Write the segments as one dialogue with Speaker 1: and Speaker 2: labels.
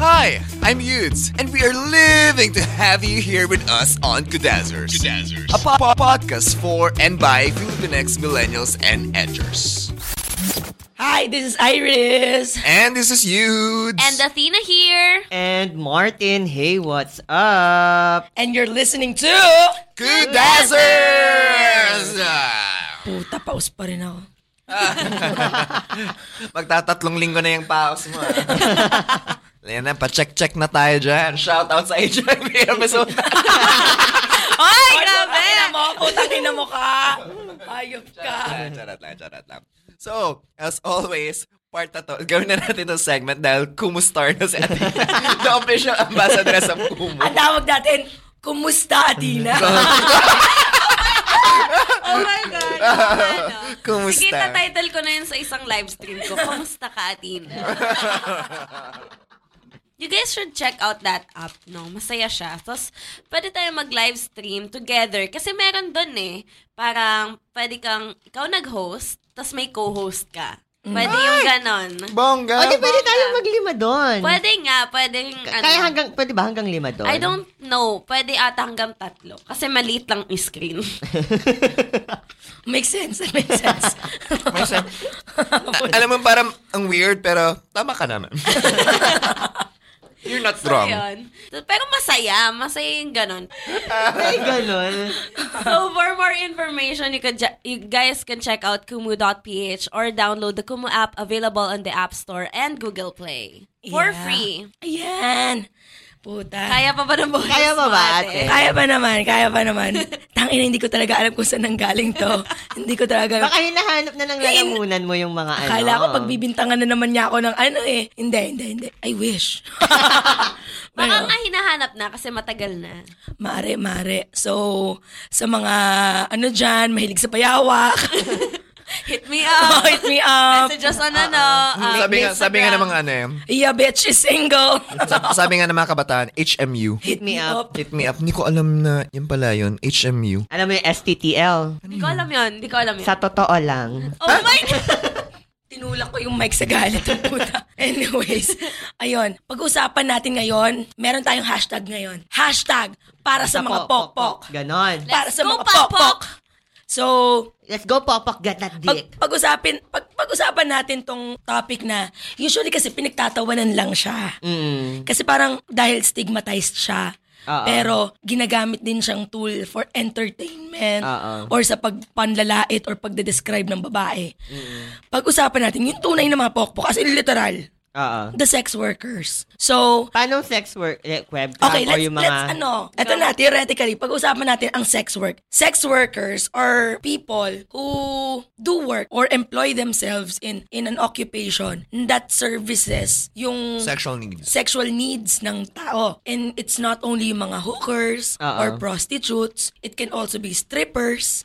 Speaker 1: Hi, I'm Yudes, and we are living to have you here with us on Kudazzers. A po- po- podcast for and by Filipinx millennials and edgers.
Speaker 2: Hi, this is Iris.
Speaker 1: And this is Yudes.
Speaker 3: And Athena here.
Speaker 4: And Martin, hey, what's up?
Speaker 2: And you're listening to...
Speaker 1: Kudazzers! Ah,
Speaker 2: Puta, paus pa rin ako.
Speaker 1: Magtatatlong linggo na yung paos mo. ah. Ayan na, pa-check-check na tayo dyan. Shout out sa HIV episode.
Speaker 3: Ay,
Speaker 2: Grabe!
Speaker 3: grabe!
Speaker 2: mo, putang ina mo ka. Ayop ka.
Speaker 1: Ah, charot lang, charot lang. So, as always, part na to. Gawin na natin itong segment dahil kumustar na si ating the official ambassador sa Kumu.
Speaker 2: Ang tawag natin, Kumusta, Athena?
Speaker 3: Oh my God. Ano?
Speaker 1: Kumusta?
Speaker 3: Sige, title ko na yun sa isang live stream ko. Kumusta ka, Athena? You guys should check out that app, no? Masaya siya. Tapos, pwede tayo mag-live stream together. Kasi meron dun eh. Parang, pwede kang, ikaw nag-host, tapos may co-host ka. Pwede yung ganon.
Speaker 1: Bongga!
Speaker 4: O, di pwede tayo maglima doon.
Speaker 3: Pwede nga, pwede yung ano.
Speaker 4: Kaya hanggang, pwede ba hanggang lima doon?
Speaker 3: I don't know. Pwede ata hanggang tatlo. Kasi maliit lang yung screen.
Speaker 2: Makes sense, makes sense.
Speaker 1: May sen- A- alam mo, parang ang weird, pero tama ka naman. You're not wrong.
Speaker 3: Ayun. Ano Pero masaya. Masaya yung ganun.
Speaker 4: Ay, ganun.
Speaker 3: So, for more information, you, can ju- you guys can check out kumu.ph or download the Kumu app available on the App Store and Google Play. For
Speaker 2: Yeah.
Speaker 3: free.
Speaker 2: Ayan. Puta. Kaya,
Speaker 3: Kaya pa ba ng bonus
Speaker 4: Kaya pa
Speaker 3: mo,
Speaker 4: ba, ate?
Speaker 2: ba naman, kaya ba naman. Tangina, hindi ko talaga alam kung saan nanggaling to. hindi ko talaga alam.
Speaker 4: Baka hinahanap na ng lalamunan mo yung mga ano.
Speaker 2: Akala ko pagbibintangan na naman niya ako ng ano eh. Hindi, hindi, hindi. I wish.
Speaker 3: Baka
Speaker 2: Pero-
Speaker 3: nga hinahanap na kasi matagal na.
Speaker 2: Mare, mare. So, sa mga ano dyan, mahilig sa payawak, Oh,
Speaker 3: Hit me up.
Speaker 2: hit me up.
Speaker 3: Message us on ano. uh,
Speaker 1: Hmm. Sabi nga, sabi nga ng
Speaker 3: Instagram.
Speaker 1: mga ano eh.
Speaker 2: Yeah, bitch is single.
Speaker 1: Sa- Sabi nga ng mga kabataan, HMU.
Speaker 4: Hit me up.
Speaker 1: Hit me up. Hindi ko alam na yun pala yun, HMU.
Speaker 4: Alam mo yung STTL?
Speaker 3: Hindi ko alam yun. Hindi ko alam yun.
Speaker 4: Sa totoo lang.
Speaker 3: Oh my God.
Speaker 2: Tinulak ko yung mic sa galit ng puta. Anyways, ayun. Pag-usapan natin ngayon, meron tayong hashtag ngayon. Hashtag para sa mga pokpok.
Speaker 4: Ganon.
Speaker 2: Para sa
Speaker 3: Go,
Speaker 2: mga
Speaker 3: pokpok.
Speaker 2: pokpok. So,
Speaker 4: Let's go popok get that
Speaker 2: pag,
Speaker 4: dick.
Speaker 2: pag-usapin, pag, pag-usapan natin tong topic na usually kasi pinagtatawanan lang siya.
Speaker 4: Mm.
Speaker 2: Kasi parang dahil stigmatized siya.
Speaker 4: Oo.
Speaker 2: Pero ginagamit din siyang tool for entertainment
Speaker 4: Oo.
Speaker 2: or sa pagpanlalait or pagde-describe ng babae. Pag-usapan natin yung tunay na mga pokpok as in literal,
Speaker 4: Oo.
Speaker 2: the sex workers. So,
Speaker 4: Paano sex work? Eh, webcam
Speaker 2: okay,
Speaker 4: or
Speaker 2: let's,
Speaker 4: yung mga...
Speaker 2: let's ano, eto na, theoretically, pag-usapan natin ang sex work. Sex workers are people who do work or employ themselves in in an occupation that services yung
Speaker 1: Sexual needs.
Speaker 2: sexual needs ng tao. And it's not only yung mga hookers
Speaker 4: Oo.
Speaker 2: or prostitutes. It can also be strippers.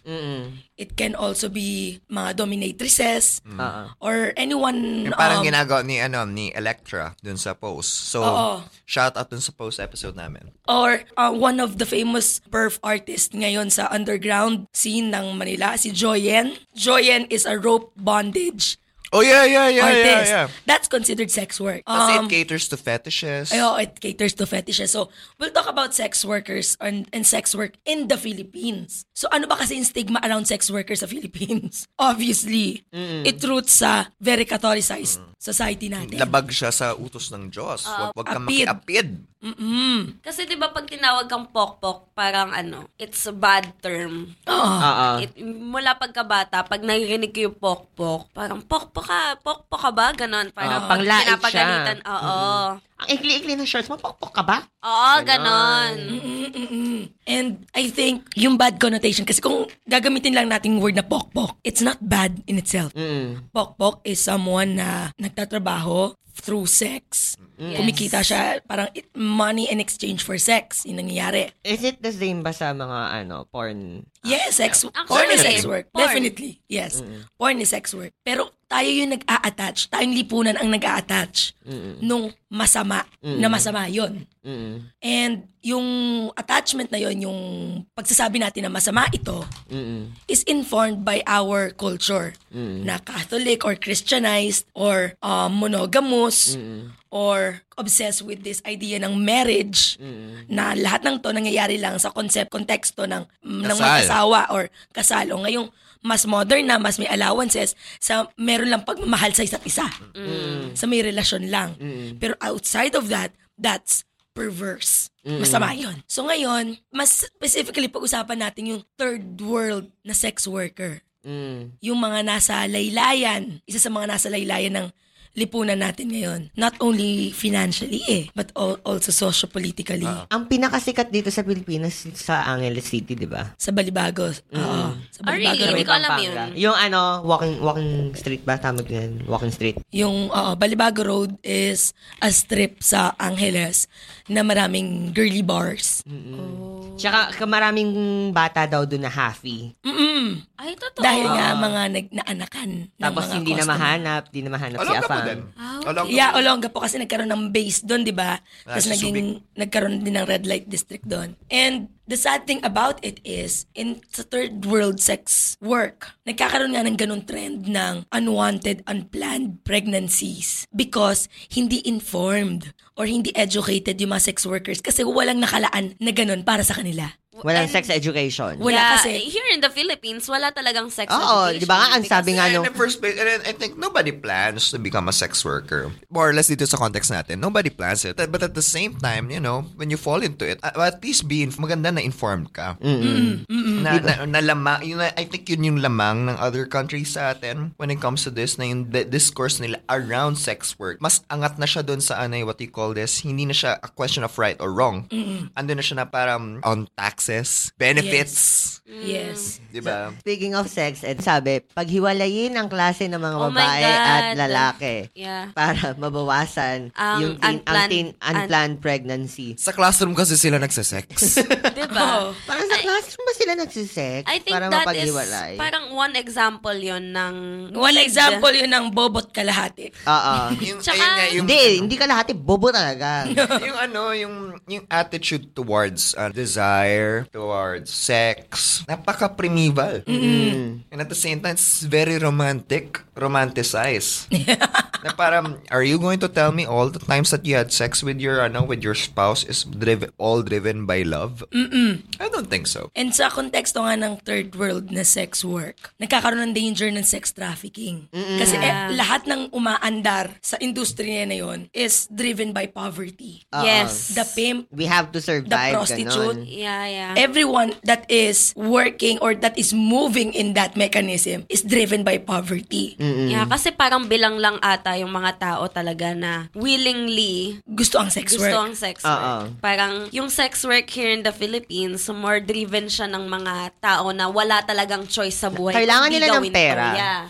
Speaker 2: It can also be mga dominatrices
Speaker 4: Oo.
Speaker 2: or anyone.
Speaker 1: Yung parang
Speaker 2: um,
Speaker 1: ginagawa ni, ano, ni Electra dun sa post. So,
Speaker 2: Oo.
Speaker 1: shout out dun sa post episode namin.
Speaker 2: or uh, one of the famous perf artist ngayon sa underground scene ng Manila, si Joyen. Joyen is a rope bondage
Speaker 1: Oh, yeah, yeah, yeah,
Speaker 2: artist.
Speaker 1: yeah, yeah.
Speaker 2: That's considered sex work.
Speaker 1: Kasi it
Speaker 2: Um,
Speaker 1: caters to fetishes.
Speaker 2: Ay, oo, it caters to fetishes. So, we'll talk about sex workers and, and sex work in the Philippines. So, ano ba kasi yung stigma around sex workers sa Philippines? Obviously, it roots sa very Catholicized society natin.
Speaker 1: Labag siya sa utos ng Diyos. Huwag wag kang
Speaker 2: Ah, apid.
Speaker 1: makiapid.
Speaker 3: Kasi 'di ba pag tinawag kang pokpok, parang ano, it's a bad term.
Speaker 4: Oo.
Speaker 2: Oh,
Speaker 3: It, mula pagkabata, pag naririnig ko yung pokpok, parang pokpok ka, pokpok ka ba? Ganon. Parang
Speaker 4: Oo.
Speaker 3: pag
Speaker 4: Panglait siya.
Speaker 3: pinapagalitan, oo.
Speaker 4: Ang ikli-ikli ng shorts mo, pokpok ka ba?
Speaker 3: Oo, ganon.
Speaker 2: Mm-mm. And I think yung bad connotation, kasi kung gagamitin lang natin yung word na pokpok, it's not bad in itself. Pokpok is someone na nagtatrabaho through sex.
Speaker 3: Yes.
Speaker 2: Kumikita siya parang it- money in exchange for sex. Yung nangyayari.
Speaker 4: Is it the same ba sa mga, ano, porn?
Speaker 2: Yes, sex
Speaker 3: Actually,
Speaker 2: Porn is sex work.
Speaker 3: porn.
Speaker 2: Definitely. Yes. Porn is sex work. Pero tayo yung nag-a-attach. Tayong lipunan ang nag-a-attach nung masama na masama yon.
Speaker 4: Mm-mm.
Speaker 2: And yung attachment na yon, yung pagsasabi natin na masama ito,
Speaker 4: Mm-mm.
Speaker 2: is informed by our culture na Catholic or Christianized or uh, monogamous or obsessed with this idea ng marriage na lahat ng to nangyayari lang sa concept konteksto ng mm, ng mga
Speaker 1: Kasal.
Speaker 2: asawa or kasal o ngayong mas modern na mas may allowances sa meron lang pagmamahal sa isa't isa sa may relasyon lang pero outside of that that's perverse. Masama yun. So ngayon, mas specifically pag-usapan natin yung third world na sex worker.
Speaker 4: Mm.
Speaker 2: Yung mga nasa laylayan, isa sa mga nasa laylayan ng lipunan natin ngayon. Not only financially eh, but al- also socio-politically.
Speaker 4: Ang pinakasikat dito sa Pilipinas sa Angeles City, di ba?
Speaker 2: Sa Balibagos. Oo. Sa
Speaker 3: Oh, really?
Speaker 2: Balibagos.
Speaker 3: Hindi ko alam yun.
Speaker 4: Pampanga. Yung ano, walking walking street ba? Tama ba yun? Walking street.
Speaker 2: Yung oo, Balibago Road is a strip sa Angeles na maraming girly bars.
Speaker 4: Mm. Tsaka ka- maraming bata daw doon na happy.
Speaker 3: Mm.
Speaker 2: Mm-mm.
Speaker 3: Ay, totoo.
Speaker 2: Dahil nga mga nag- naanakan. ng
Speaker 4: Ah. Tapos
Speaker 2: mga
Speaker 4: hindi na
Speaker 2: customer.
Speaker 4: mahanap, hindi na mahanap si
Speaker 1: Along ka po
Speaker 4: Afang.
Speaker 1: din. Along
Speaker 2: Ah, Yeah, Olonga po kasi nagkaroon ng base doon, di ba?
Speaker 1: Ah,
Speaker 2: Tapos
Speaker 1: sa
Speaker 2: naging, nagkaroon din ng red light district doon. And the sad thing about it is, in sa third world sex work, nagkakaroon nga ng ganun trend ng unwanted, unplanned pregnancies because hindi informed or hindi educated yung mga sex workers kasi walang nakalaan na ganun para sa kanila.
Speaker 4: Walang sex education.
Speaker 2: Wala
Speaker 3: Yeah,
Speaker 2: kasi.
Speaker 3: Here in the Philippines, wala talagang sex
Speaker 4: Oo,
Speaker 3: education.
Speaker 4: di ba nga? Ang
Speaker 3: Because-
Speaker 4: sabi nga
Speaker 1: And
Speaker 4: nung...
Speaker 1: in the first place, and then I think nobody plans to become a sex worker. More or less dito sa context natin, nobody plans it. But at the same time, you know, when you fall into it, uh, at least be inf- maganda na informed ka. Na, na, na lamang, yun, na- I think yun yung lamang ng other countries sa atin when it comes to this, na yung di- discourse nila around sex work. Mas angat na siya dun sa ano, eh, what you call this, hindi na siya a question of right or wrong. Andun na siya na parang on taxes, benefits,
Speaker 2: Yes.
Speaker 1: di ba?
Speaker 4: Speaking of sex ed, sabi, paghiwalayin ang klase ng mga
Speaker 3: Oh my
Speaker 4: babae
Speaker 3: God.
Speaker 4: at lalaki
Speaker 3: Yeah.
Speaker 4: para mabawasan
Speaker 3: Ang
Speaker 4: yung teen, ang
Speaker 3: unplanned-
Speaker 4: teen, unplanned pregnancy.
Speaker 1: Sa classroom kasi sila nagsasex.
Speaker 3: Di ba?
Speaker 4: Parang sa classroom ba sila nagsisex
Speaker 3: I think
Speaker 4: para
Speaker 3: that is
Speaker 4: mapaghiwalay?
Speaker 3: parang one example yon ng...
Speaker 2: One example yun ng bobot kalahati.
Speaker 4: Oo.
Speaker 1: Yung-
Speaker 3: Tsaka-
Speaker 1: ayun nga, yung- ano.
Speaker 4: hindi, hindi ka lahat eh, bobo talaga.
Speaker 1: yung ano, yung, yung attitude towards uh, desire, towards sex, napaka-primeval. And at the same time, it's very romantic, romanticized. na parang, are you going to tell me all the times that you had sex with your, ano, with your spouse is driv- all driven by love? I don't think so.
Speaker 2: And sa konteksto nga ng third world na sex work, nagkakaroon ng danger ng sex trafficking. Kasi eh, lahat ng umaandar sa industriya na yon is driven by poverty.
Speaker 3: Yes.
Speaker 2: The pimp,
Speaker 4: We have to survive.
Speaker 2: The prostitute.
Speaker 4: ganon.
Speaker 3: Yeah, yeah.
Speaker 2: everyone that is working or that is moving in that mechanism is driven by poverty.
Speaker 3: Yeah, kasi parang bilang lang ata yung mga tao talaga na willingly
Speaker 2: Gusto ang sex
Speaker 3: gusto
Speaker 2: work.
Speaker 3: ang sex work.
Speaker 4: Oo.
Speaker 3: Parang yung sex work here in the Philippines, more driven siya ng mga tao na wala talagang choice sa buhay.
Speaker 4: Kailangan
Speaker 3: Hindi
Speaker 4: nila ng
Speaker 3: gawin to.
Speaker 4: pera.
Speaker 3: Yeah.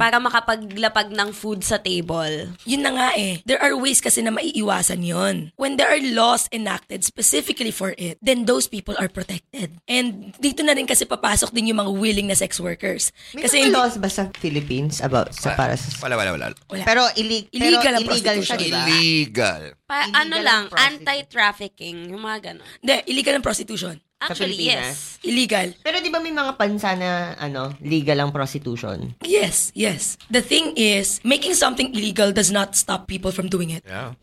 Speaker 3: Para makapaglapag ng food sa table.
Speaker 2: Yun na nga eh. There are ways kasi na maiiwasan yon. When there are laws enacted specifically for it, then those people are protected. And dito na rin kasi papasok din yung mga willing na sex workers.
Speaker 4: May
Speaker 2: kasi
Speaker 4: mga
Speaker 2: hindi-
Speaker 4: laws ba sa Philippines about sa para sa...
Speaker 1: Wala, wala, wala.
Speaker 2: Wala.
Speaker 4: Pero, ili-
Speaker 2: Illegal
Speaker 4: pero
Speaker 2: ang
Speaker 4: illegal siya,
Speaker 2: prostitution.
Speaker 4: diba? di ba?
Speaker 1: Illegal.
Speaker 3: Pa-
Speaker 4: Illegal
Speaker 3: ano lang,
Speaker 4: ang prostitute.
Speaker 3: anti-trafficking, yung mga ganun.
Speaker 2: Hindi, illegal ang prostitution.
Speaker 3: Actually, yes.
Speaker 4: Pilipinas?
Speaker 2: Illegal.
Speaker 4: Pero di ba may mga pansa na ano, legal ang prostitution?
Speaker 2: Yes, yes. The thing is, making something illegal does not stop people from doing it.
Speaker 1: Yeah.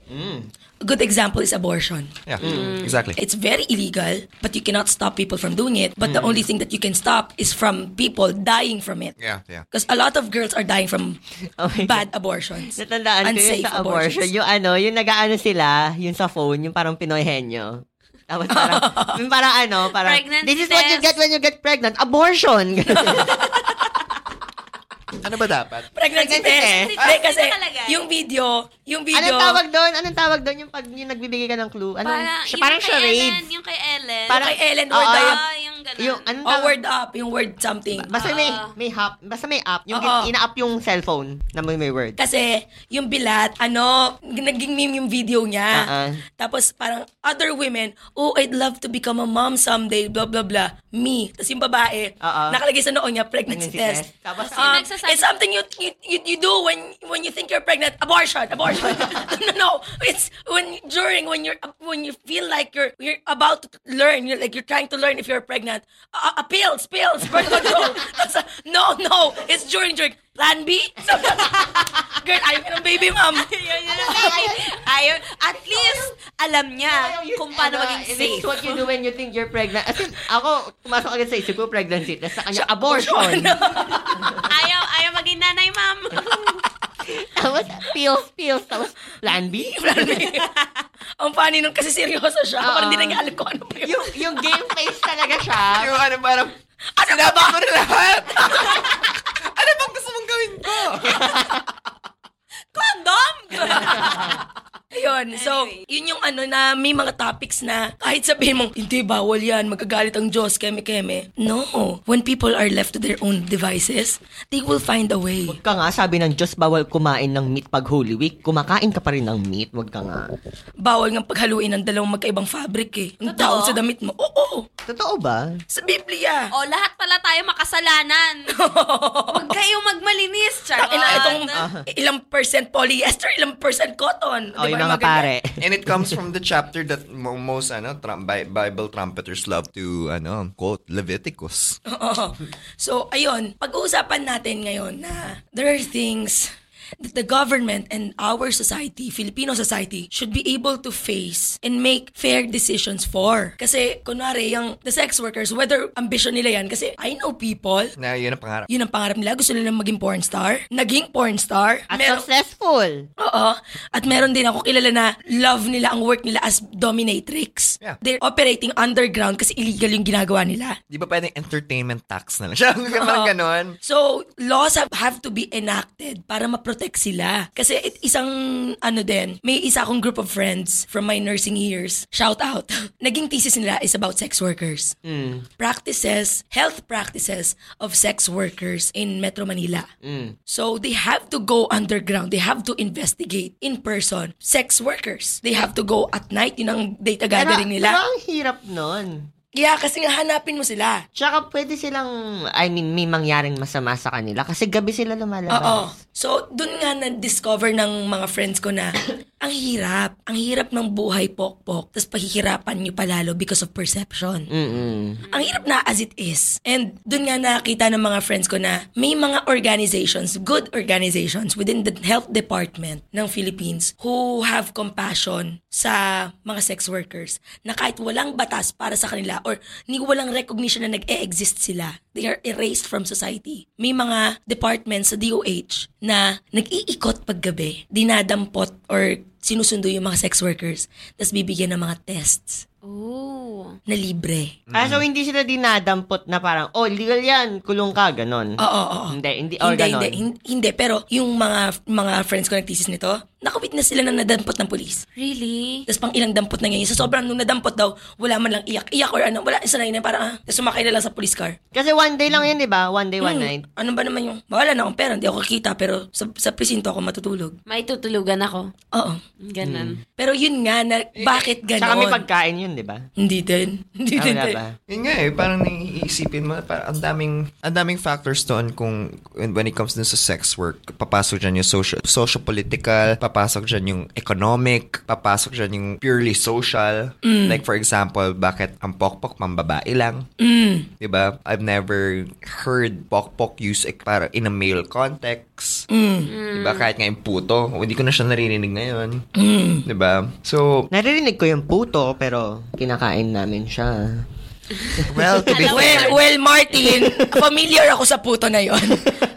Speaker 2: A good example is abortion.
Speaker 1: Yeah, exactly.
Speaker 2: It's very illegal, but you cannot stop people from doing it. But the only thing that you can stop is from people dying from it.
Speaker 1: Yeah, yeah.
Speaker 2: Because a lot of girls are dying from
Speaker 4: Oh my
Speaker 2: bad abortions.
Speaker 4: Natandaan ko yun
Speaker 2: Unsafe
Speaker 4: sa abortion.
Speaker 2: abortions.
Speaker 4: Yung ano, yung nag-ano sila, yung sa phone, yung parang Pinoy henyo. Tapos parang, yung parang ano, parang,
Speaker 3: Pregnancy
Speaker 4: this is what you
Speaker 3: test."
Speaker 4: get when you get pregnant, abortion.
Speaker 1: Ano ba dapat?
Speaker 2: Pregnancy
Speaker 4: Pregnancy
Speaker 2: test.
Speaker 3: test.
Speaker 2: Hindi, kasi
Speaker 3: Dito nakalagay.
Speaker 2: yung video, yung video,
Speaker 4: Ano eh? Anong tawag doon? Anong tawag doon yung pag yung nagbibigay ka ng clue? Ano?
Speaker 3: Parang,
Speaker 4: Siya- parang
Speaker 3: yung kay Ellen,
Speaker 4: charades.
Speaker 3: yung kay Ellen.
Speaker 4: Parang-
Speaker 2: kay Ellen
Speaker 4: Oo,
Speaker 2: word
Speaker 4: yung-
Speaker 2: up.
Speaker 3: Ah, yung ganun.
Speaker 4: Yung anong
Speaker 2: Oh,
Speaker 4: tawag?
Speaker 2: word up. Yung word something.
Speaker 4: Basta may may hap, basta may app yung
Speaker 2: Oo.
Speaker 4: ina-up yung cellphone na may, may word.
Speaker 2: Kasi yung bilat, ano, naging meme yung video niya.
Speaker 4: Ah, ah.
Speaker 2: Tapos parang other women, oh, I'd love to become a mom someday, blah, blah, blah. Me. Tapos yung babae,
Speaker 4: Ah, ah.
Speaker 2: nakalagay sa noo niya, pregnancy
Speaker 4: Pregnancy
Speaker 2: test.
Speaker 4: test. Tapos
Speaker 2: Um,
Speaker 3: yung nagsasabi-
Speaker 2: it's something you, you you you do when when you think you're pregnant. Abortion, abortion. no, no, it's when during when you're when you feel like you're you're about to learn, you're like you're trying to learn if you're pregnant. Uh, uh, pills, pills, birth control. Tapos, uh, no, no, it's during during Plan B. Girl, ayaw ka ng baby, ma'am.
Speaker 3: Yun, yun, yun. Ayun. At least, alam niya kung paano
Speaker 4: Ano,
Speaker 3: maging
Speaker 4: this is
Speaker 3: safe.
Speaker 4: what you do when you think you're pregnant. As in, ako, pumasok agad sa isip ko, pregnancy. Tapos sa kanya, abortion.
Speaker 3: Ayaw, ayaw maging nanay, ma'am.
Speaker 4: Tapos, pills, pills. Tapos, plan B.
Speaker 2: Ang funny nun kasi seryoso siya.
Speaker 1: Ah.
Speaker 2: Parang hindi na niya alam kung ano pa yun.
Speaker 4: yung, yung game face talaga siya.
Speaker 1: Yung ano parang,
Speaker 2: Ano ba ba?
Speaker 1: dapat ko na lahat! ano bang gusto mong gawin ko?
Speaker 3: Condom!
Speaker 2: Yun. So,
Speaker 3: Anyway.
Speaker 2: yun yung ano na may mga topics na kahit sabihin mong, hindi, bawal yan, magagalit ang Diyos, keme-keme. No. When people are left to their own devices, they will find a way.
Speaker 4: Huwag ka nga, sabi ng Diyos, bawal kumain ng meat pag Holy Week. Kumakain ka pa rin ng meat, wag ka nga.
Speaker 2: Bawal nga paghaluin ng dalawang magkaibang fabric eh. Ang tao
Speaker 3: Totoo?
Speaker 2: sa damit mo. Oo.
Speaker 4: Totoo ba?
Speaker 2: Sa Biblia.
Speaker 3: o, lahat pala tayo makasalanan. Huwag kayong magmalinis, Char.
Speaker 2: Ina, itong ilang percent polyester, ilang percent cotton.
Speaker 4: O,
Speaker 2: Di ba?
Speaker 4: yung mga
Speaker 2: Maganda.
Speaker 4: Oh, pare.
Speaker 1: And it comes from the chapter that mo- most ano, trum- Bi- Bible trumpeters love to ano, quote Leviticus.
Speaker 2: Oo. So, ayun, pag-uusapan natin ngayon na there are things that the government and our society, Filipino society, should be able to face and make fair decisions for. Kasi, kunwari, yung the sex workers, whether ambition nila yan, kasi I know people,
Speaker 1: Na yun ang pangarap.
Speaker 2: yun ang pangarap nila, gusto nila maging porn star, naging porn star.
Speaker 4: At
Speaker 2: Meron-
Speaker 4: successful.
Speaker 2: Oo. At meron din ako kilala na love nila ang work nila as dominatrix.
Speaker 1: Yeah.
Speaker 2: They're operating underground kasi illegal yung ginagawa nila.
Speaker 1: Di ba pwedeng entertainment tax na lang siya? Parang ganon.
Speaker 2: So, laws have, have to be enacted para ma-protect sila. Kasi it- isang, ano din, may isa akong group of friends from my nursing years. Shout out. Naging thesis nila is about sex workers. Practices, health practices of sex workers in Metro Manila. So, they have to go underground. They have to investigate in person sex workers. They have to go at night. Yun ang data gathering
Speaker 4: Pero
Speaker 2: nila.
Speaker 4: ang hirap nun.
Speaker 2: Yeah, kasi nga hanapin mo sila.
Speaker 4: Tsaka pwede silang, I mean, may mangyaring masama sa kanila kasi gabi sila
Speaker 2: Oo.
Speaker 4: lumalabas.
Speaker 2: So, dun nga na-discover ng mga friends ko na ang hirap. Ang hirap ng buhay pokpok. Tapos pahihirapan niyo palalo because of perception.
Speaker 4: Mm-mm.
Speaker 2: Ang hirap na as it is. And dun nga nakita ng mga friends ko na may mga organizations, good organizations within the health department ng Philippines who have compassion sa mga sex workers na kahit walang batas para sa kanila or ni walang recognition na nag-e-exist sila, they are erased from society. May mga departments sa DOH na nag-iikot paggabi, dinadampot or sinusundo yung mga sex workers tapos bibigyan ng mga tests
Speaker 3: Oh.
Speaker 2: na libre.
Speaker 4: Ah, so hindi sila dinadampot na parang, oh, legal yan, kulong ka, ganon.
Speaker 2: Oo, oo, oo.
Speaker 4: Hindi, hindi, or
Speaker 2: Hindi,
Speaker 4: Oh, ganon.
Speaker 2: hindi, hin- hindi. Pero yung mga mga friends ko nagtisis nito, nakawitness sila na nadampot ng polis.
Speaker 3: Really?
Speaker 2: Tapos pang ilang dampot na ngayon. Sa sobrang nung nadampot daw, wala man lang iyak-iyak or ano. Wala, isa na yun. Parang ah, tapos sumakay na lang sa police car.
Speaker 4: Kasi one day lang yan, di ba? One day, one
Speaker 2: Hmm,
Speaker 4: night.
Speaker 2: Ano ba naman yung, mawala na akong pera, hindi ako kikita, pero sa, sa presinto ako matutulog.
Speaker 3: May tutulugan ako.
Speaker 2: Oo.
Speaker 1: Hmm.
Speaker 3: Ganun.
Speaker 2: Pero yun nga, na, bakit ganon?
Speaker 4: Tsaka may pagkain yun, di ba?
Speaker 2: Hindi din. Hindi
Speaker 4: Ah,
Speaker 2: din.
Speaker 4: wala
Speaker 2: din.
Speaker 4: ba?
Speaker 1: Yun nga eh, parang naiisipin mo, parang ang daming, ang daming factors doon kung when when it comes dun sa sex work, papasok dyan yung social, socio-political, papasok dyan yung economic, papasok dyan yung purely social. Like for example, bakit ang pokpok pambabae lang? Mm. Diba? I've never heard pokpok use ek- para in a male context. Diba? Kahit nga yung puto, hindi ko na siya naririnig ngayon. Diba? So,
Speaker 4: Naririnig ko yung puto, pero kinakain namin siya.
Speaker 1: well, to be
Speaker 2: Well, well, Martin, familiar ako sa puto na yon.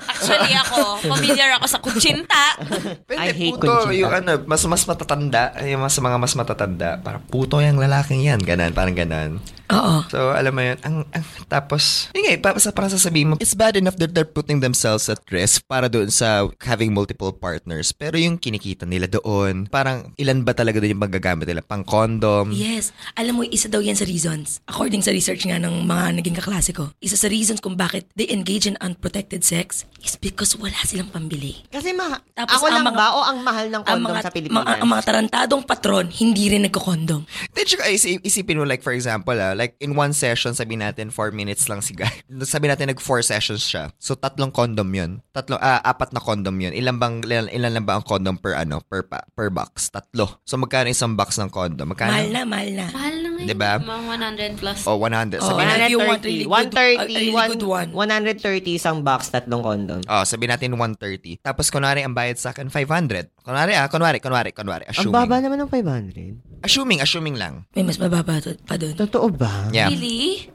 Speaker 3: Actually ako, familiar ako sa kutsinta.
Speaker 4: I
Speaker 1: Pwede,
Speaker 4: hate
Speaker 1: puto,
Speaker 4: conchita.
Speaker 1: yung ano, mas mas matatanda, yung mas mga mas matatanda, parang puto yung lalaking yan, ganan, parang ganan.
Speaker 2: Oo.
Speaker 1: So, alam mo yun, ang, ang tapos, yun nga, eh, pa- sa- parang sasabihin mo, it's bad enough that they're putting themselves at risk para doon sa having multiple partners. Pero yung kinikita nila doon, parang ilan ba talaga doon yung magagamit nila? Pang
Speaker 4: Mm.
Speaker 1: condom?
Speaker 2: Yes. Alam mo, isa daw yan sa reasons. According sa research nga ng mga naging kaklase ko, isa sa reasons kung bakit they engage in unprotected sex is because wala silang pambili.
Speaker 4: Kasi ma-
Speaker 2: Tapos
Speaker 4: ako
Speaker 2: ang
Speaker 4: lang
Speaker 2: mga-
Speaker 4: ba o ang mahal ng
Speaker 2: Ang
Speaker 4: condom
Speaker 2: mga,
Speaker 4: sa Pilipinas?
Speaker 2: mga- ang mga tarantadong patron, hindi rin nagkakondom.
Speaker 1: Then, tsaka isi- isipin mo, like, for example, ah, like, in one session, sabi natin, four minutes lang si guy. Sabi natin, nag-four sessions siya. So, tatlong condom yun. Tatlong, ah, apat na condom yun. Ilan bang, ilan, ilan lang ba ang condom per, ano, per, pa- per box? Tatlo. So, magkano isang box ng condom? Magkano?
Speaker 2: Mahal na, mahal na.
Speaker 3: Mahal na ngayon.
Speaker 1: Diba?
Speaker 3: Mga 100 plus.
Speaker 1: O, 100.
Speaker 2: Oh,
Speaker 1: Sabi
Speaker 2: Sabihin
Speaker 1: natin,
Speaker 2: natin yung one really good- a really
Speaker 4: 130,
Speaker 2: good one.
Speaker 4: 130 isang box, tatlong condom.
Speaker 1: oh, sabi natin 130. Tapos, kunwari, ang bayad sa akin, 500. Kunwari, ah, kunwari, kunwari, kunwari.
Speaker 4: Ang
Speaker 1: Assuming.
Speaker 4: baba naman ng 500.
Speaker 1: Assuming, assuming lang.
Speaker 2: May mas mababa to- pa doon.
Speaker 4: Totoo ba?
Speaker 1: Yeah.
Speaker 3: Really?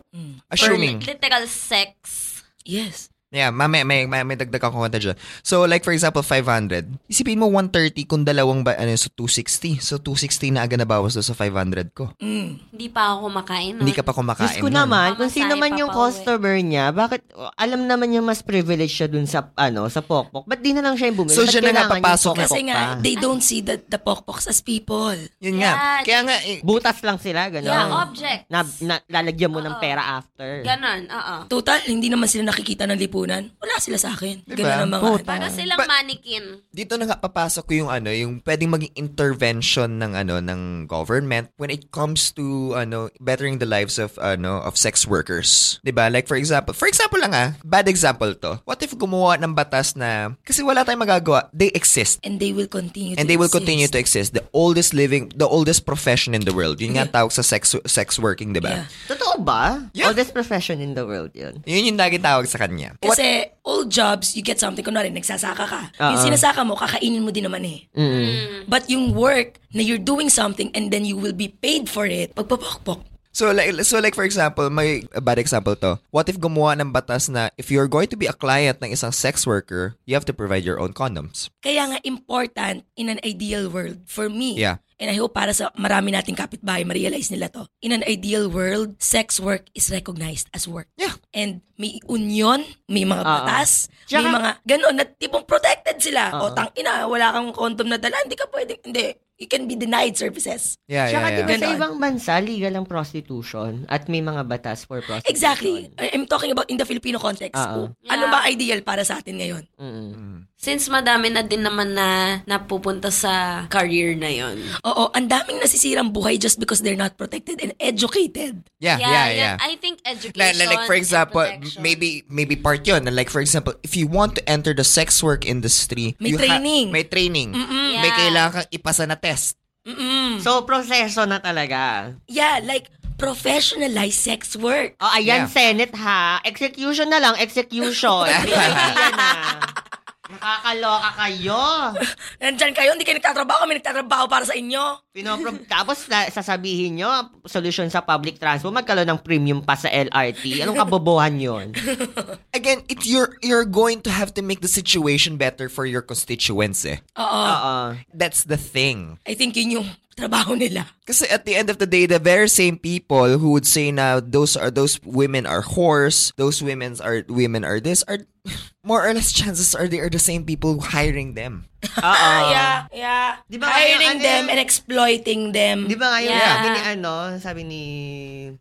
Speaker 1: Assuming.
Speaker 3: For literal sex.
Speaker 2: Yes.
Speaker 1: Yeah, mami, may, may, may dagdag akong konta dyan. So, like for example, 500. Isipin mo 130 kung dalawang ba, ano, so 260. So, 260 na agad nabawas doon sa 500 ko.
Speaker 2: Mm.
Speaker 3: Hindi pa ako kumakain. nun.
Speaker 1: Hindi ka pa kumakain.
Speaker 4: Diyos ko
Speaker 1: nun.
Speaker 4: naman, kung
Speaker 3: Pamasahe
Speaker 4: sino man
Speaker 3: pa
Speaker 4: yung
Speaker 3: pa uwi.
Speaker 4: customer niya, bakit, oh, alam naman niya mas privileged siya dun sa, ano, sa pokpok. Ba't di na lang siya yung bumili?
Speaker 1: So,
Speaker 4: Ba't
Speaker 1: siya na nga
Speaker 4: kailangan yung
Speaker 1: papasok na-
Speaker 4: pokpok
Speaker 2: Kasi nga,
Speaker 4: pa?
Speaker 2: they don't see the, the pokpoks as people.
Speaker 1: Yun nga.
Speaker 3: Yeah.
Speaker 1: Kaya nga, eh,
Speaker 4: Butas lang sila, gano'n.
Speaker 3: Yeah, objects.
Speaker 4: Na, na, lalagyan mo
Speaker 3: Oo.
Speaker 4: ng pera after.
Speaker 3: Ganon, oo.
Speaker 2: Total, hindi naman sila nakikita ng lipunan. Wala sila sa akin.
Speaker 1: Diba?
Speaker 2: Ganun ang mga...
Speaker 4: Puta.
Speaker 3: Para silang
Speaker 1: But-
Speaker 3: mannequin.
Speaker 1: dito na nga papasok ko yung ano, yung pwedeng maging intervention ng ano ng government when it comes to ano bettering the lives of ano of sex workers. 'Di ba? Like for example, for example lang ah, bad example to. What if gumawa ng batas na kasi wala tayong magagawa, they exist.
Speaker 2: And they will continue to
Speaker 1: and they will
Speaker 2: exist.
Speaker 1: continue to exist. The oldest living, the oldest profession in the world. Yun nga ang tawag sa sex sex working, di ba?
Speaker 2: Yeah.
Speaker 4: Totoo ba?
Speaker 1: Yeah.
Speaker 4: Oldest profession in the world yun.
Speaker 1: Yun yung lagi tawag sa kanya. What-
Speaker 2: Kasi all jobs, you get something. Kunwari, nagsasaka ka. Yung
Speaker 1: Uh-uh.
Speaker 4: Oo.
Speaker 2: sinasaka mo, kakainin mo din naman eh. But yung work, na you're doing something and then you will be paid for it, pagpapakpok.
Speaker 1: so like so like for example, may a bad example to. What if gumawa ng batas na if you're going to be a client ng isang sex worker, you have to provide your own condoms.
Speaker 2: Kaya nga important in an ideal world for me.
Speaker 1: Yeah.
Speaker 2: And I hope para sa marami nating kapitbahay, ma-realize nila to. In an ideal world, sex work is recognized as work.
Speaker 1: Yeah. Uh-uh.
Speaker 2: And may union, may mga
Speaker 4: Oo.
Speaker 2: batas, may
Speaker 4: Tsaka-
Speaker 2: mga ganun, na tipong protected sila.
Speaker 1: Uh-uh.
Speaker 2: O tang ina, wala kang condom na dala, hindi ka pwedeng, hindi. You can be denied services.
Speaker 1: Yeah,
Speaker 4: Tsaka
Speaker 1: yeah,
Speaker 4: diba
Speaker 1: yeah.
Speaker 4: sa
Speaker 2: Ganon.
Speaker 4: ibang bansa, legal ang prostitution at may mga batas for prostitution.
Speaker 2: Exactly. I- I'm talking about in the Filipino context. Oh,
Speaker 4: Oo.
Speaker 2: Ano
Speaker 3: Yeah.
Speaker 2: ba ideal para sa atin ngayon?
Speaker 4: Mm-mm.
Speaker 3: Since madami na din naman na napupunta sa career na yon.
Speaker 2: Oo, ang daming nasisirang buhay just because they're not protected and educated.
Speaker 1: Yeah, yeah, yeah.
Speaker 3: I think education
Speaker 1: Like, like for
Speaker 3: and
Speaker 1: example,
Speaker 3: protection.
Speaker 1: maybe maybe part yun. Like for example, if you want to enter the sex work industry,
Speaker 2: May
Speaker 1: you ha-
Speaker 2: training.
Speaker 1: may training. May
Speaker 3: Yeah.
Speaker 1: kailangan kang ipasa na test.
Speaker 3: Mm.
Speaker 2: Mm-mm.
Speaker 4: So, proseso na talaga.
Speaker 2: Yeah, like professionalized sex work.
Speaker 4: O, Oh,
Speaker 1: Yeah.
Speaker 4: ayan, Senate ha. Execution na lang, execution. May idea na. Nakakaloka kayo.
Speaker 2: Nandyan kayo, hindi kayo nagtatrabaho, kami nagtatrabaho para sa inyo.
Speaker 4: Pinoprob- Tapos na, sasabihin nyo, solution sa public transport, magkaroon ng premium pa sa LRT. Anong kabobohan yon?
Speaker 1: again, it you're you're going to have to make the situation better for your constituents. Eh.
Speaker 2: Oo.
Speaker 4: Oo.
Speaker 1: That's the thing.
Speaker 2: I think yun yung trabaho nila.
Speaker 1: Kasi at the end of the day, the very same people who would say now those are those women are whores, those women are women are this are more or less chances are they are the same people hiring them.
Speaker 4: Oo.
Speaker 2: Ah, yeah, yeah.
Speaker 4: Ah, Di ba
Speaker 2: Hiring
Speaker 4: kaya- ano
Speaker 2: them
Speaker 4: yun?
Speaker 2: and exploiting them.
Speaker 4: Di ba nga yung
Speaker 3: Yeah.
Speaker 4: sabi ni ano, sabi ni,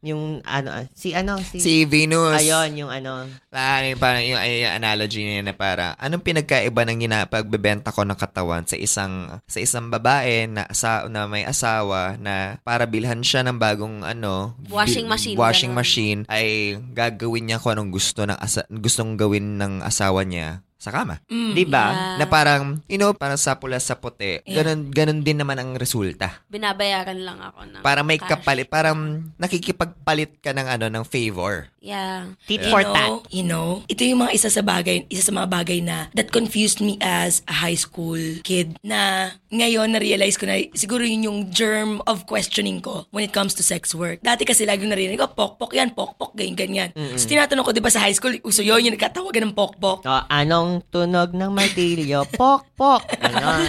Speaker 4: yung ano, ah, si ano, si,
Speaker 1: Si Venus.
Speaker 4: ayun, yung ano.
Speaker 1: Parang, parang yung, ay- yung analogy niya na para, anong pinagkaiba ng gina, pagbebenta ko ng katawan sa isang sa isang babae na, asa, na may asawa na para bilhan siya ng bagong ano
Speaker 3: Washing machine,
Speaker 1: washing
Speaker 3: ganun.
Speaker 1: machine ay gagawin niya kung anong gusto ng asa, gustong gawin ng asawa niya sa kama.
Speaker 2: Hmm,
Speaker 4: Di ba?
Speaker 1: Na parang, you know, parang sapula sa puti.
Speaker 2: Yeah.
Speaker 1: Ganun, ganun din naman ang resulta.
Speaker 3: Binabayaran lang ako ng
Speaker 1: Para may
Speaker 3: cash.
Speaker 1: kapalit, parang nakikipagpalit ka ng ano, ng favor.
Speaker 3: Yeah.
Speaker 4: Tit
Speaker 2: you
Speaker 4: for
Speaker 2: know,
Speaker 4: tat.
Speaker 2: You know, ito yung mga isa sa bagay, isa sa mga bagay na that confused me as a high school kid na ngayon na-realize ko na siguro yun yung germ of questioning ko when it comes to sex work. Dati kasi lagi ko narinig, oh, pokpok yan, pokpok, ganyan, ganyan. So tinatanong ko, di ba sa high school, uso yun, yung nagkatawagan ng pokpok.
Speaker 4: So, Oh, anong tunog ng martilyo? Pok, pok. Ganon.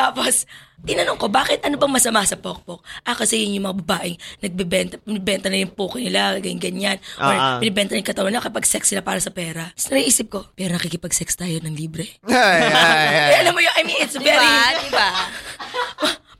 Speaker 2: Tapos, Tinanong ko, bakit ano bang masama sa pokpok? Ah, kasi yun yung mga babaeng nagbebenta, binibenta na yung poko nila, ganyan-ganyan. Or
Speaker 4: Ah, ah.
Speaker 2: binibenta na yung katawan nila kapag sex sila para sa pera. Tapos naisip ko, pero nakikipag-sex tayo ng libre.
Speaker 1: Ay, ay, ay.
Speaker 2: Eh, alam mo yun, I mean, it's very...
Speaker 3: Diba? Diba?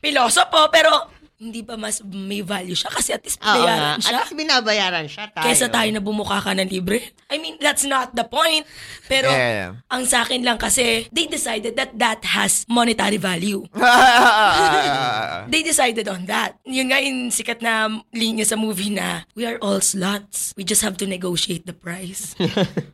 Speaker 2: Piloso po, pero hindi ba mas may value siya? Kasi at least
Speaker 4: Oo
Speaker 2: binayaran
Speaker 4: nga. At
Speaker 2: siya.
Speaker 4: least binabayaran siya tayo.
Speaker 2: Kesa tayo na bumuka ka ng libre. I mean, that's not the point. Pero,
Speaker 1: Yeah.
Speaker 2: ang sa akin lang kasi, they decided that that has monetary value.
Speaker 1: Ah,
Speaker 2: They decided on that. Yun nga yung sikat na linya sa movie na, we are all sluts. We just have to negotiate the price.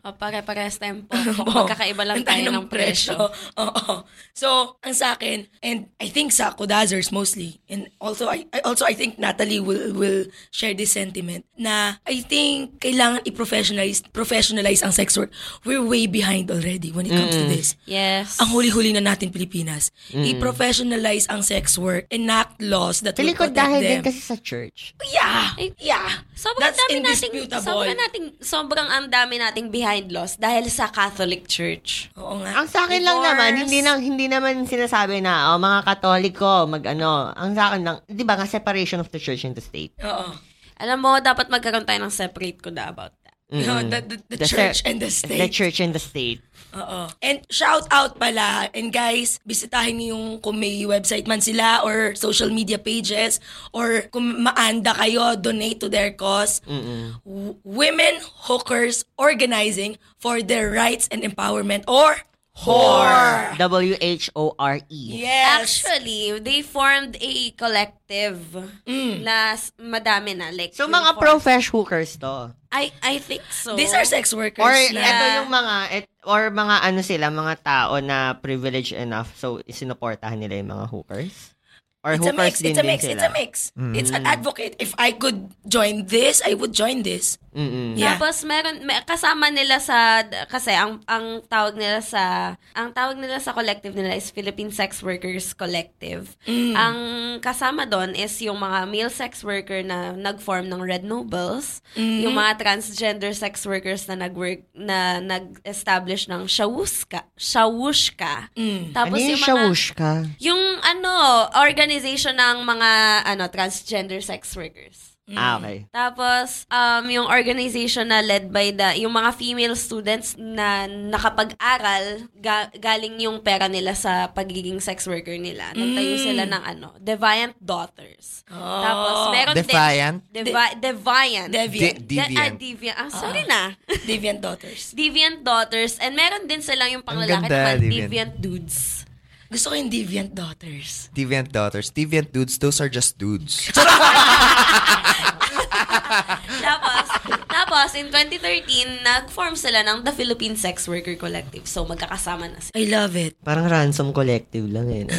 Speaker 3: O, pare-pares Oh, tayong po.
Speaker 2: Oo.
Speaker 3: Magkakaiba lang
Speaker 2: Oh. Ang
Speaker 3: tayo ng presyo.
Speaker 2: Oo. So, ang sa akin, and I think sa Kodazers mostly, and also I, I- also I think Natalie will will share this sentiment na I think kailangan i-professionalize professionalize ang sex work. We're way behind already when it comes to this.
Speaker 3: Yes.
Speaker 2: Ang huli-huli na natin Pilipinas. I-professionalize ang sex work, enact laws that
Speaker 4: Feeling
Speaker 2: will
Speaker 4: ko
Speaker 2: protect
Speaker 4: dahil
Speaker 2: them.
Speaker 4: din kasi sa church.
Speaker 2: yeah,
Speaker 3: Ay,
Speaker 2: yeah.
Speaker 3: Sobrang
Speaker 2: That's
Speaker 3: dami nating,
Speaker 2: indisputable.
Speaker 3: sobrang nating, sobrang ang dami nating behind laws dahil sa Catholic Church.
Speaker 2: Oo nga.
Speaker 4: Ang sa akin lang
Speaker 3: Divorce.
Speaker 4: naman, hindi nang hindi naman sinasabi na oh, mga Katoliko, mag ano. Ang sa akin lang, 'di ba, nga separation of the church and the state.
Speaker 2: Oo.
Speaker 3: Alam mo, dapat magkaroon tayo ng separate ko na about that.
Speaker 2: You know, the, the, the
Speaker 4: se-
Speaker 2: church and the state.
Speaker 4: The church and the state.
Speaker 2: Oo. And shout out pala. And guys, bisitahin niyo yung kung may website man sila or social media pages or kung maanda kayo, donate to their cause. W- Women Hookers Organizing for Their Rights and Empowerment or WHORE.
Speaker 4: W H O R E.
Speaker 2: Yes.
Speaker 3: Actually, they formed a collective na s- madami na. Like,
Speaker 4: So
Speaker 3: yung
Speaker 4: mga
Speaker 3: for-
Speaker 4: pro fresh hookers to.
Speaker 3: I, I think so.
Speaker 2: These are sex workers.
Speaker 4: Or
Speaker 2: na-
Speaker 4: ito yung mga et, or mga ano sila, mga tao na privileged enough so sinuportahan nila yung mga hookers. Or
Speaker 2: It's a
Speaker 4: hookers
Speaker 2: mix.
Speaker 4: din
Speaker 2: It's a
Speaker 4: din
Speaker 2: mix.
Speaker 4: sila.
Speaker 2: It's a mix. It's an advocate. If I could join this, I would join this. Yeah.
Speaker 3: Tapos meron may, kasama nila sa kasi ang ang tawag nila sa ang tawag nila sa collective nila is Philippine Sex Workers Collective.
Speaker 4: Mm.
Speaker 3: Ang kasama doon is yung mga male sex worker na nag-form ng Red Nobles,
Speaker 4: Mm-hmm.
Speaker 3: yung mga transgender sex workers na nag-work na nag-establish ng Shawushka, Shawushka.
Speaker 4: Ano
Speaker 3: Tapos
Speaker 4: yung
Speaker 3: yung mga
Speaker 4: shawushka?
Speaker 3: yung ano, organization ng mga ano transgender sex workers.
Speaker 4: Ah, okay.
Speaker 3: Tapos, um, yung organization na led by the, yung mga female students na nakapag-aral, ga- galing yung pera nila sa pagiging sex worker nila. Nagtayo sila ng ano, Deviant Daughters. Tapos, meron din-
Speaker 1: Defiant?
Speaker 3: Oh. Devi-
Speaker 2: Deviant.
Speaker 3: Deviant.
Speaker 1: Di-
Speaker 3: De- ah,
Speaker 1: Deviant.
Speaker 3: deviant. Ah, sorry na.
Speaker 2: Deviant daughters.
Speaker 3: deviant Daughters. And meron din silang yung panglalaki
Speaker 1: ganda,
Speaker 3: naman,
Speaker 1: Deviant.
Speaker 3: Deviant Dudes.
Speaker 2: Gusto ko yung deviant daughters.
Speaker 1: Deviant daughters. Deviant dudes, those are just dudes.
Speaker 3: tapos, tapos, in 2013, nag-form sila ng The Philippine Sex Worker Collective. So, magkakasama na sila.
Speaker 2: I love it.
Speaker 4: Parang ransom collective lang eh. no?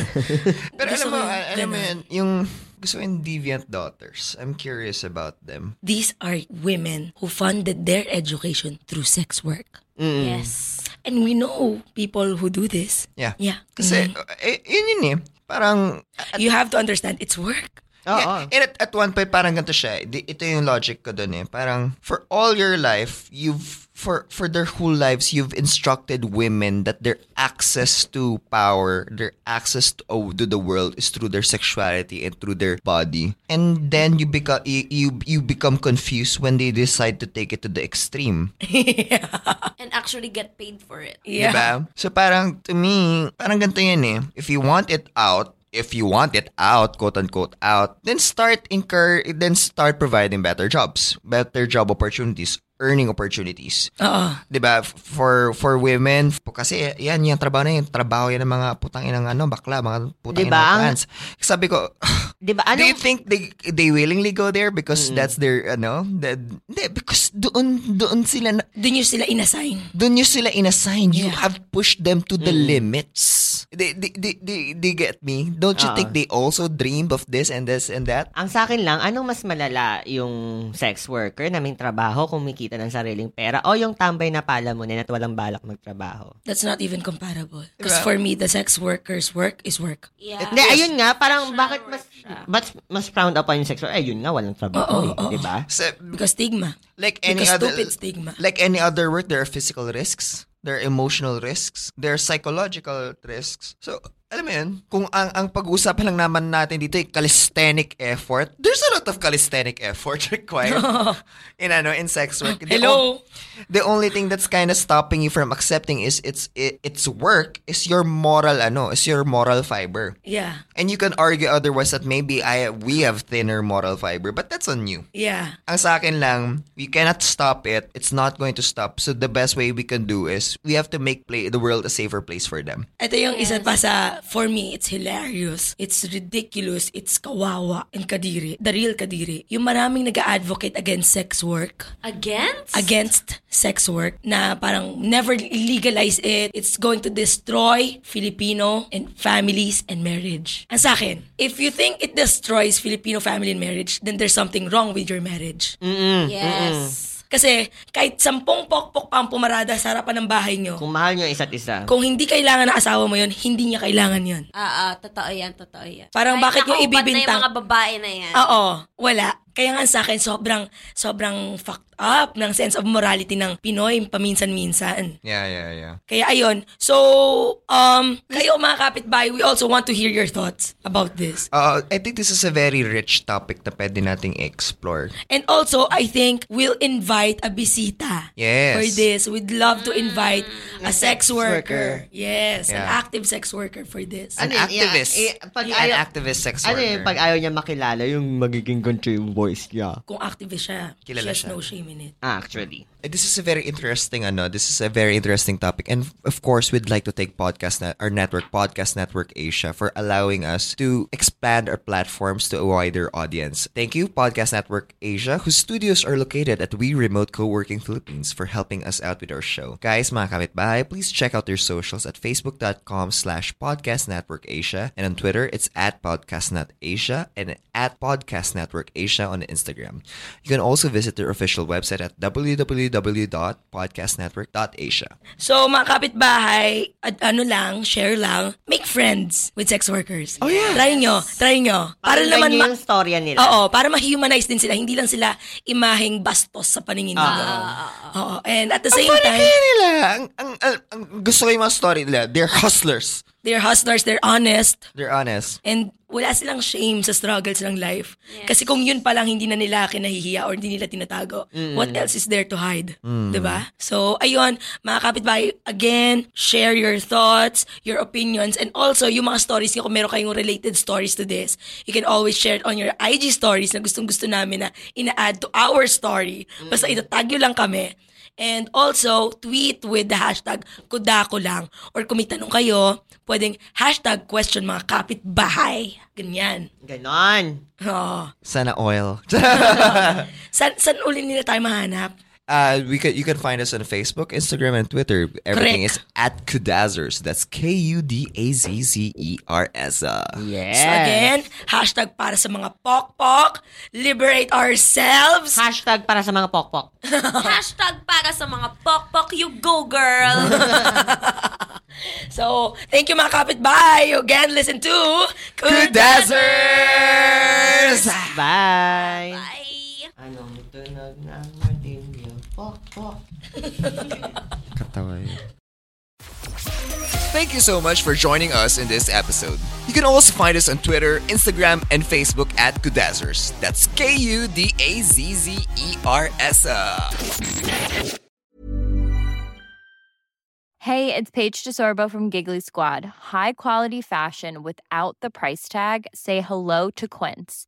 Speaker 1: Pero alam
Speaker 2: Gusto
Speaker 1: mo,
Speaker 2: ko yung
Speaker 1: alam mo
Speaker 2: ganun.
Speaker 1: yun, yung gusto ko yung deviant daughters. I'm curious about them.
Speaker 2: These are women who funded their education through sex work.
Speaker 1: Mm.
Speaker 3: Yes.
Speaker 2: And we know people who do this.
Speaker 1: Yeah.
Speaker 2: Yeah. Mm-hmm.
Speaker 1: Kasi, eh, yun yun eh. Parang,
Speaker 2: You have to understand it's work.
Speaker 4: Oo.
Speaker 1: Yeah, and at, at one point, parang ganito siya. eh. Di- Ito yung logic ko dun eh. Parang, for all your life, you've, for, for their whole lives, you've instructed women that their access to power, their access to, oh, to the world is through their sexuality and through their body. And then you become, you, you, you become confused when they decide to take it to the extreme.
Speaker 3: and actually get paid for it.
Speaker 2: Yeah.
Speaker 1: Diba? So parang, to me, parang ganito yun eh. If you want it out, if you want it out, quote unquote out, then start incur, then start providing better jobs, better job opportunities, earning opportunities.
Speaker 2: Oo.
Speaker 1: 'Di ba? For for women, f- kasi yan yung trabaho na yun, trabaho yan ng mga putang inang ano, bakla, mga putang
Speaker 4: Diba?
Speaker 1: inang trans. Sabi ko,
Speaker 4: Di ba? Ano?
Speaker 1: do you think they they willingly go there because
Speaker 2: Mm.
Speaker 1: that's their ano, that, hindi, because doon doon sila na-
Speaker 2: Doon nyo sila inassign.
Speaker 1: doon nyo sila inassign. You
Speaker 2: Yeah.
Speaker 1: have pushed them to the limits. Mm. Uh-uh. They, they, they, they, they get me? Don't you
Speaker 4: Ah.
Speaker 1: think they also dreamed of this and this and that?
Speaker 4: Ang sa akin lang, anong mas malala yung sex worker na may trabaho, kumikita ng sariling pera, o yung tambay na pala mo na at walang balak magtrabaho?
Speaker 2: That's not even comparable. Because
Speaker 1: Diba?
Speaker 2: for me, the sex worker's work is work.
Speaker 3: Yeah.
Speaker 4: Hindi, ayun nga, parang
Speaker 3: Social
Speaker 4: bakit mas,
Speaker 3: work
Speaker 4: mas, mas frowned upon yung sex worker? Ayun nga, walang trabaho,
Speaker 2: Oo,
Speaker 4: eh,
Speaker 2: oo.
Speaker 4: di ba?
Speaker 1: So,
Speaker 2: Because stigma.
Speaker 1: like any
Speaker 2: Because
Speaker 1: other
Speaker 2: stupid stigma.
Speaker 1: like any other work, there are physical risks, there are emotional risks, there are psychological risks. So alam mo yun, kung ang, ang pag-uusapan lang naman natin dito ay calisthenic effort, there's a lot of calisthenic effort required in, ano, in sex work. The on-
Speaker 2: Hello?
Speaker 1: the only thing that's kind of stopping you from accepting is it's it, it's work is your moral ano, is your moral fiber.
Speaker 2: Yeah.
Speaker 1: And you can argue otherwise that maybe I we have thinner moral fiber, but that's on you.
Speaker 2: Yeah.
Speaker 1: Ang sa akin lang, we cannot stop it. It's not going to stop. So the best way we can do is we have to make play, the world a safer place for them.
Speaker 2: Ito yung isa pa sa, for me, it's hilarious, it's ridiculous, it's kawawa, and kadiri, the real kadiri. Yung maraming nag-advocate against sex work,
Speaker 3: Against?
Speaker 2: against sex work na parang never legalize it. It's going to destroy Filipino and families and marriage. Ang sa akin, if you think it destroys Filipino family and marriage, then there's something wrong with your marriage. mm,
Speaker 3: Yes.
Speaker 2: Kasi kahit sampung pokpok pa ang pumarada sa harapan ng bahay nyo,
Speaker 4: Kung mahal nyo ang isa't isa.
Speaker 2: kung hindi kailangan ng asawa mo yon, hindi niya kailangan yon.
Speaker 3: Ah, ah, totoo yan, totoo yan.
Speaker 2: Parang
Speaker 3: Ay,
Speaker 2: bakit yung Ah.
Speaker 3: nakaupat na
Speaker 2: ibibintang-
Speaker 3: yung mga babae na yan.
Speaker 2: Oo, wala. Kaya nga sa akin, sobrang, sobrang fucked up ng sense of morality ng Pinoy paminsan-minsan.
Speaker 1: Yeah, yeah, yeah.
Speaker 2: Kaya ayun. So, um, kayo mga kapitbahay, we also want to hear your thoughts about this.
Speaker 1: Uh, I think this is a very rich topic na pwede nating explore.
Speaker 2: And also, I think we'll invite a bisita
Speaker 1: Yes.
Speaker 2: for this. We'd love to invite a sex worker.
Speaker 4: worker.
Speaker 2: Yes, an
Speaker 1: Yeah.
Speaker 2: active sex worker for this.
Speaker 1: An
Speaker 4: Ano yun? Yeah,
Speaker 1: activist.
Speaker 4: eh, pag
Speaker 1: An
Speaker 4: ayaw-
Speaker 1: activist sex
Speaker 4: Ano
Speaker 1: worker.
Speaker 4: yun, pag ayaw niya makilala yung magiging country voice niya. Ah,
Speaker 2: Kung activist siya,
Speaker 1: Kilala
Speaker 2: she has
Speaker 1: siya.
Speaker 2: no shame in it.
Speaker 4: Actually.
Speaker 1: Eh, this is a very interesting ano this is a very interesting topic and of course we'd like to thank podcast net our network podcast network asia for allowing us to expand our platforms to a wider audience thank you podcast network asia whose studios are located at we remote co-working philippines for helping us out with our show guys mga kapitbahay please check out their socials at facebook.com slash podcast network asia and on twitter it's at podcast net asia and at podcast network asia on instagram you can also visit their official website at www.podcastnetwork.asia.
Speaker 2: So, mga kapitbahay, at ano lang, share lang, make friends with sex workers. Oh, yeah. Try nyo, try nyo. Para
Speaker 4: Pakinggan
Speaker 2: naman
Speaker 4: nyo
Speaker 2: ma-
Speaker 4: yung storya nila.
Speaker 2: Oo, para ma-humanize din sila. Hindi lang sila imaheng bastos sa paningin ninyo. Oo. And at the same time,
Speaker 1: nila, ang, ang, ang, ang gusto ko yung mga story nila, they're hustlers.
Speaker 2: they're hustlers, they're honest,
Speaker 1: They're honest.
Speaker 2: and wala silang shame sa struggles ng life. Kasi kung yun pa lang hindi na nila kinahihiya or hindi nila tinatago, what else is there to hide? 'Di ba? So, ayun, mga kapitbahay, again, share your thoughts, your opinions, and also yung mga stories nyo, kung meron kayong related stories to this, you can always share it on your IG stories na gustong-gusto namin na ina-add to our story. Basta itatag nyo lang kami. And also, tweet with the hashtag kudako lang. Or kung may tanong kayo, pwedeng hashtag question mga kapitbahay. Ganyan.
Speaker 4: Ganon.
Speaker 2: Oh.
Speaker 1: Sana oil.
Speaker 2: San, san uli nila tayo mahanap?
Speaker 1: uh, we can, you can find us on Facebook, Instagram, and Twitter. Everything
Speaker 2: Correct.
Speaker 1: is at Kudazzers. That's E K-U-D-A-Z-Z-E-R-S.
Speaker 4: Yes.
Speaker 2: So again, hashtag para sa mga pokpok, liberate ourselves.
Speaker 4: Hashtag para sa mga pokpok.
Speaker 3: Hashtag para sa mga pokpok, you go girl!
Speaker 2: So, thank you mga kapitbahay. You Again, listen to
Speaker 1: Kudazzers!
Speaker 4: Bye.
Speaker 3: Bye!
Speaker 4: Anong tunog ng martilyo? Pokpok.
Speaker 1: Thank you so much for joining us in this episode. You can also find us on Twitter, Instagram, and Facebook at Kudazzers. That's K U D A Z Z E R S. uh.
Speaker 5: Hey, it's Paige DeSorbo from Giggly Squad. High quality fashion without the price tag. Say hello to Quince.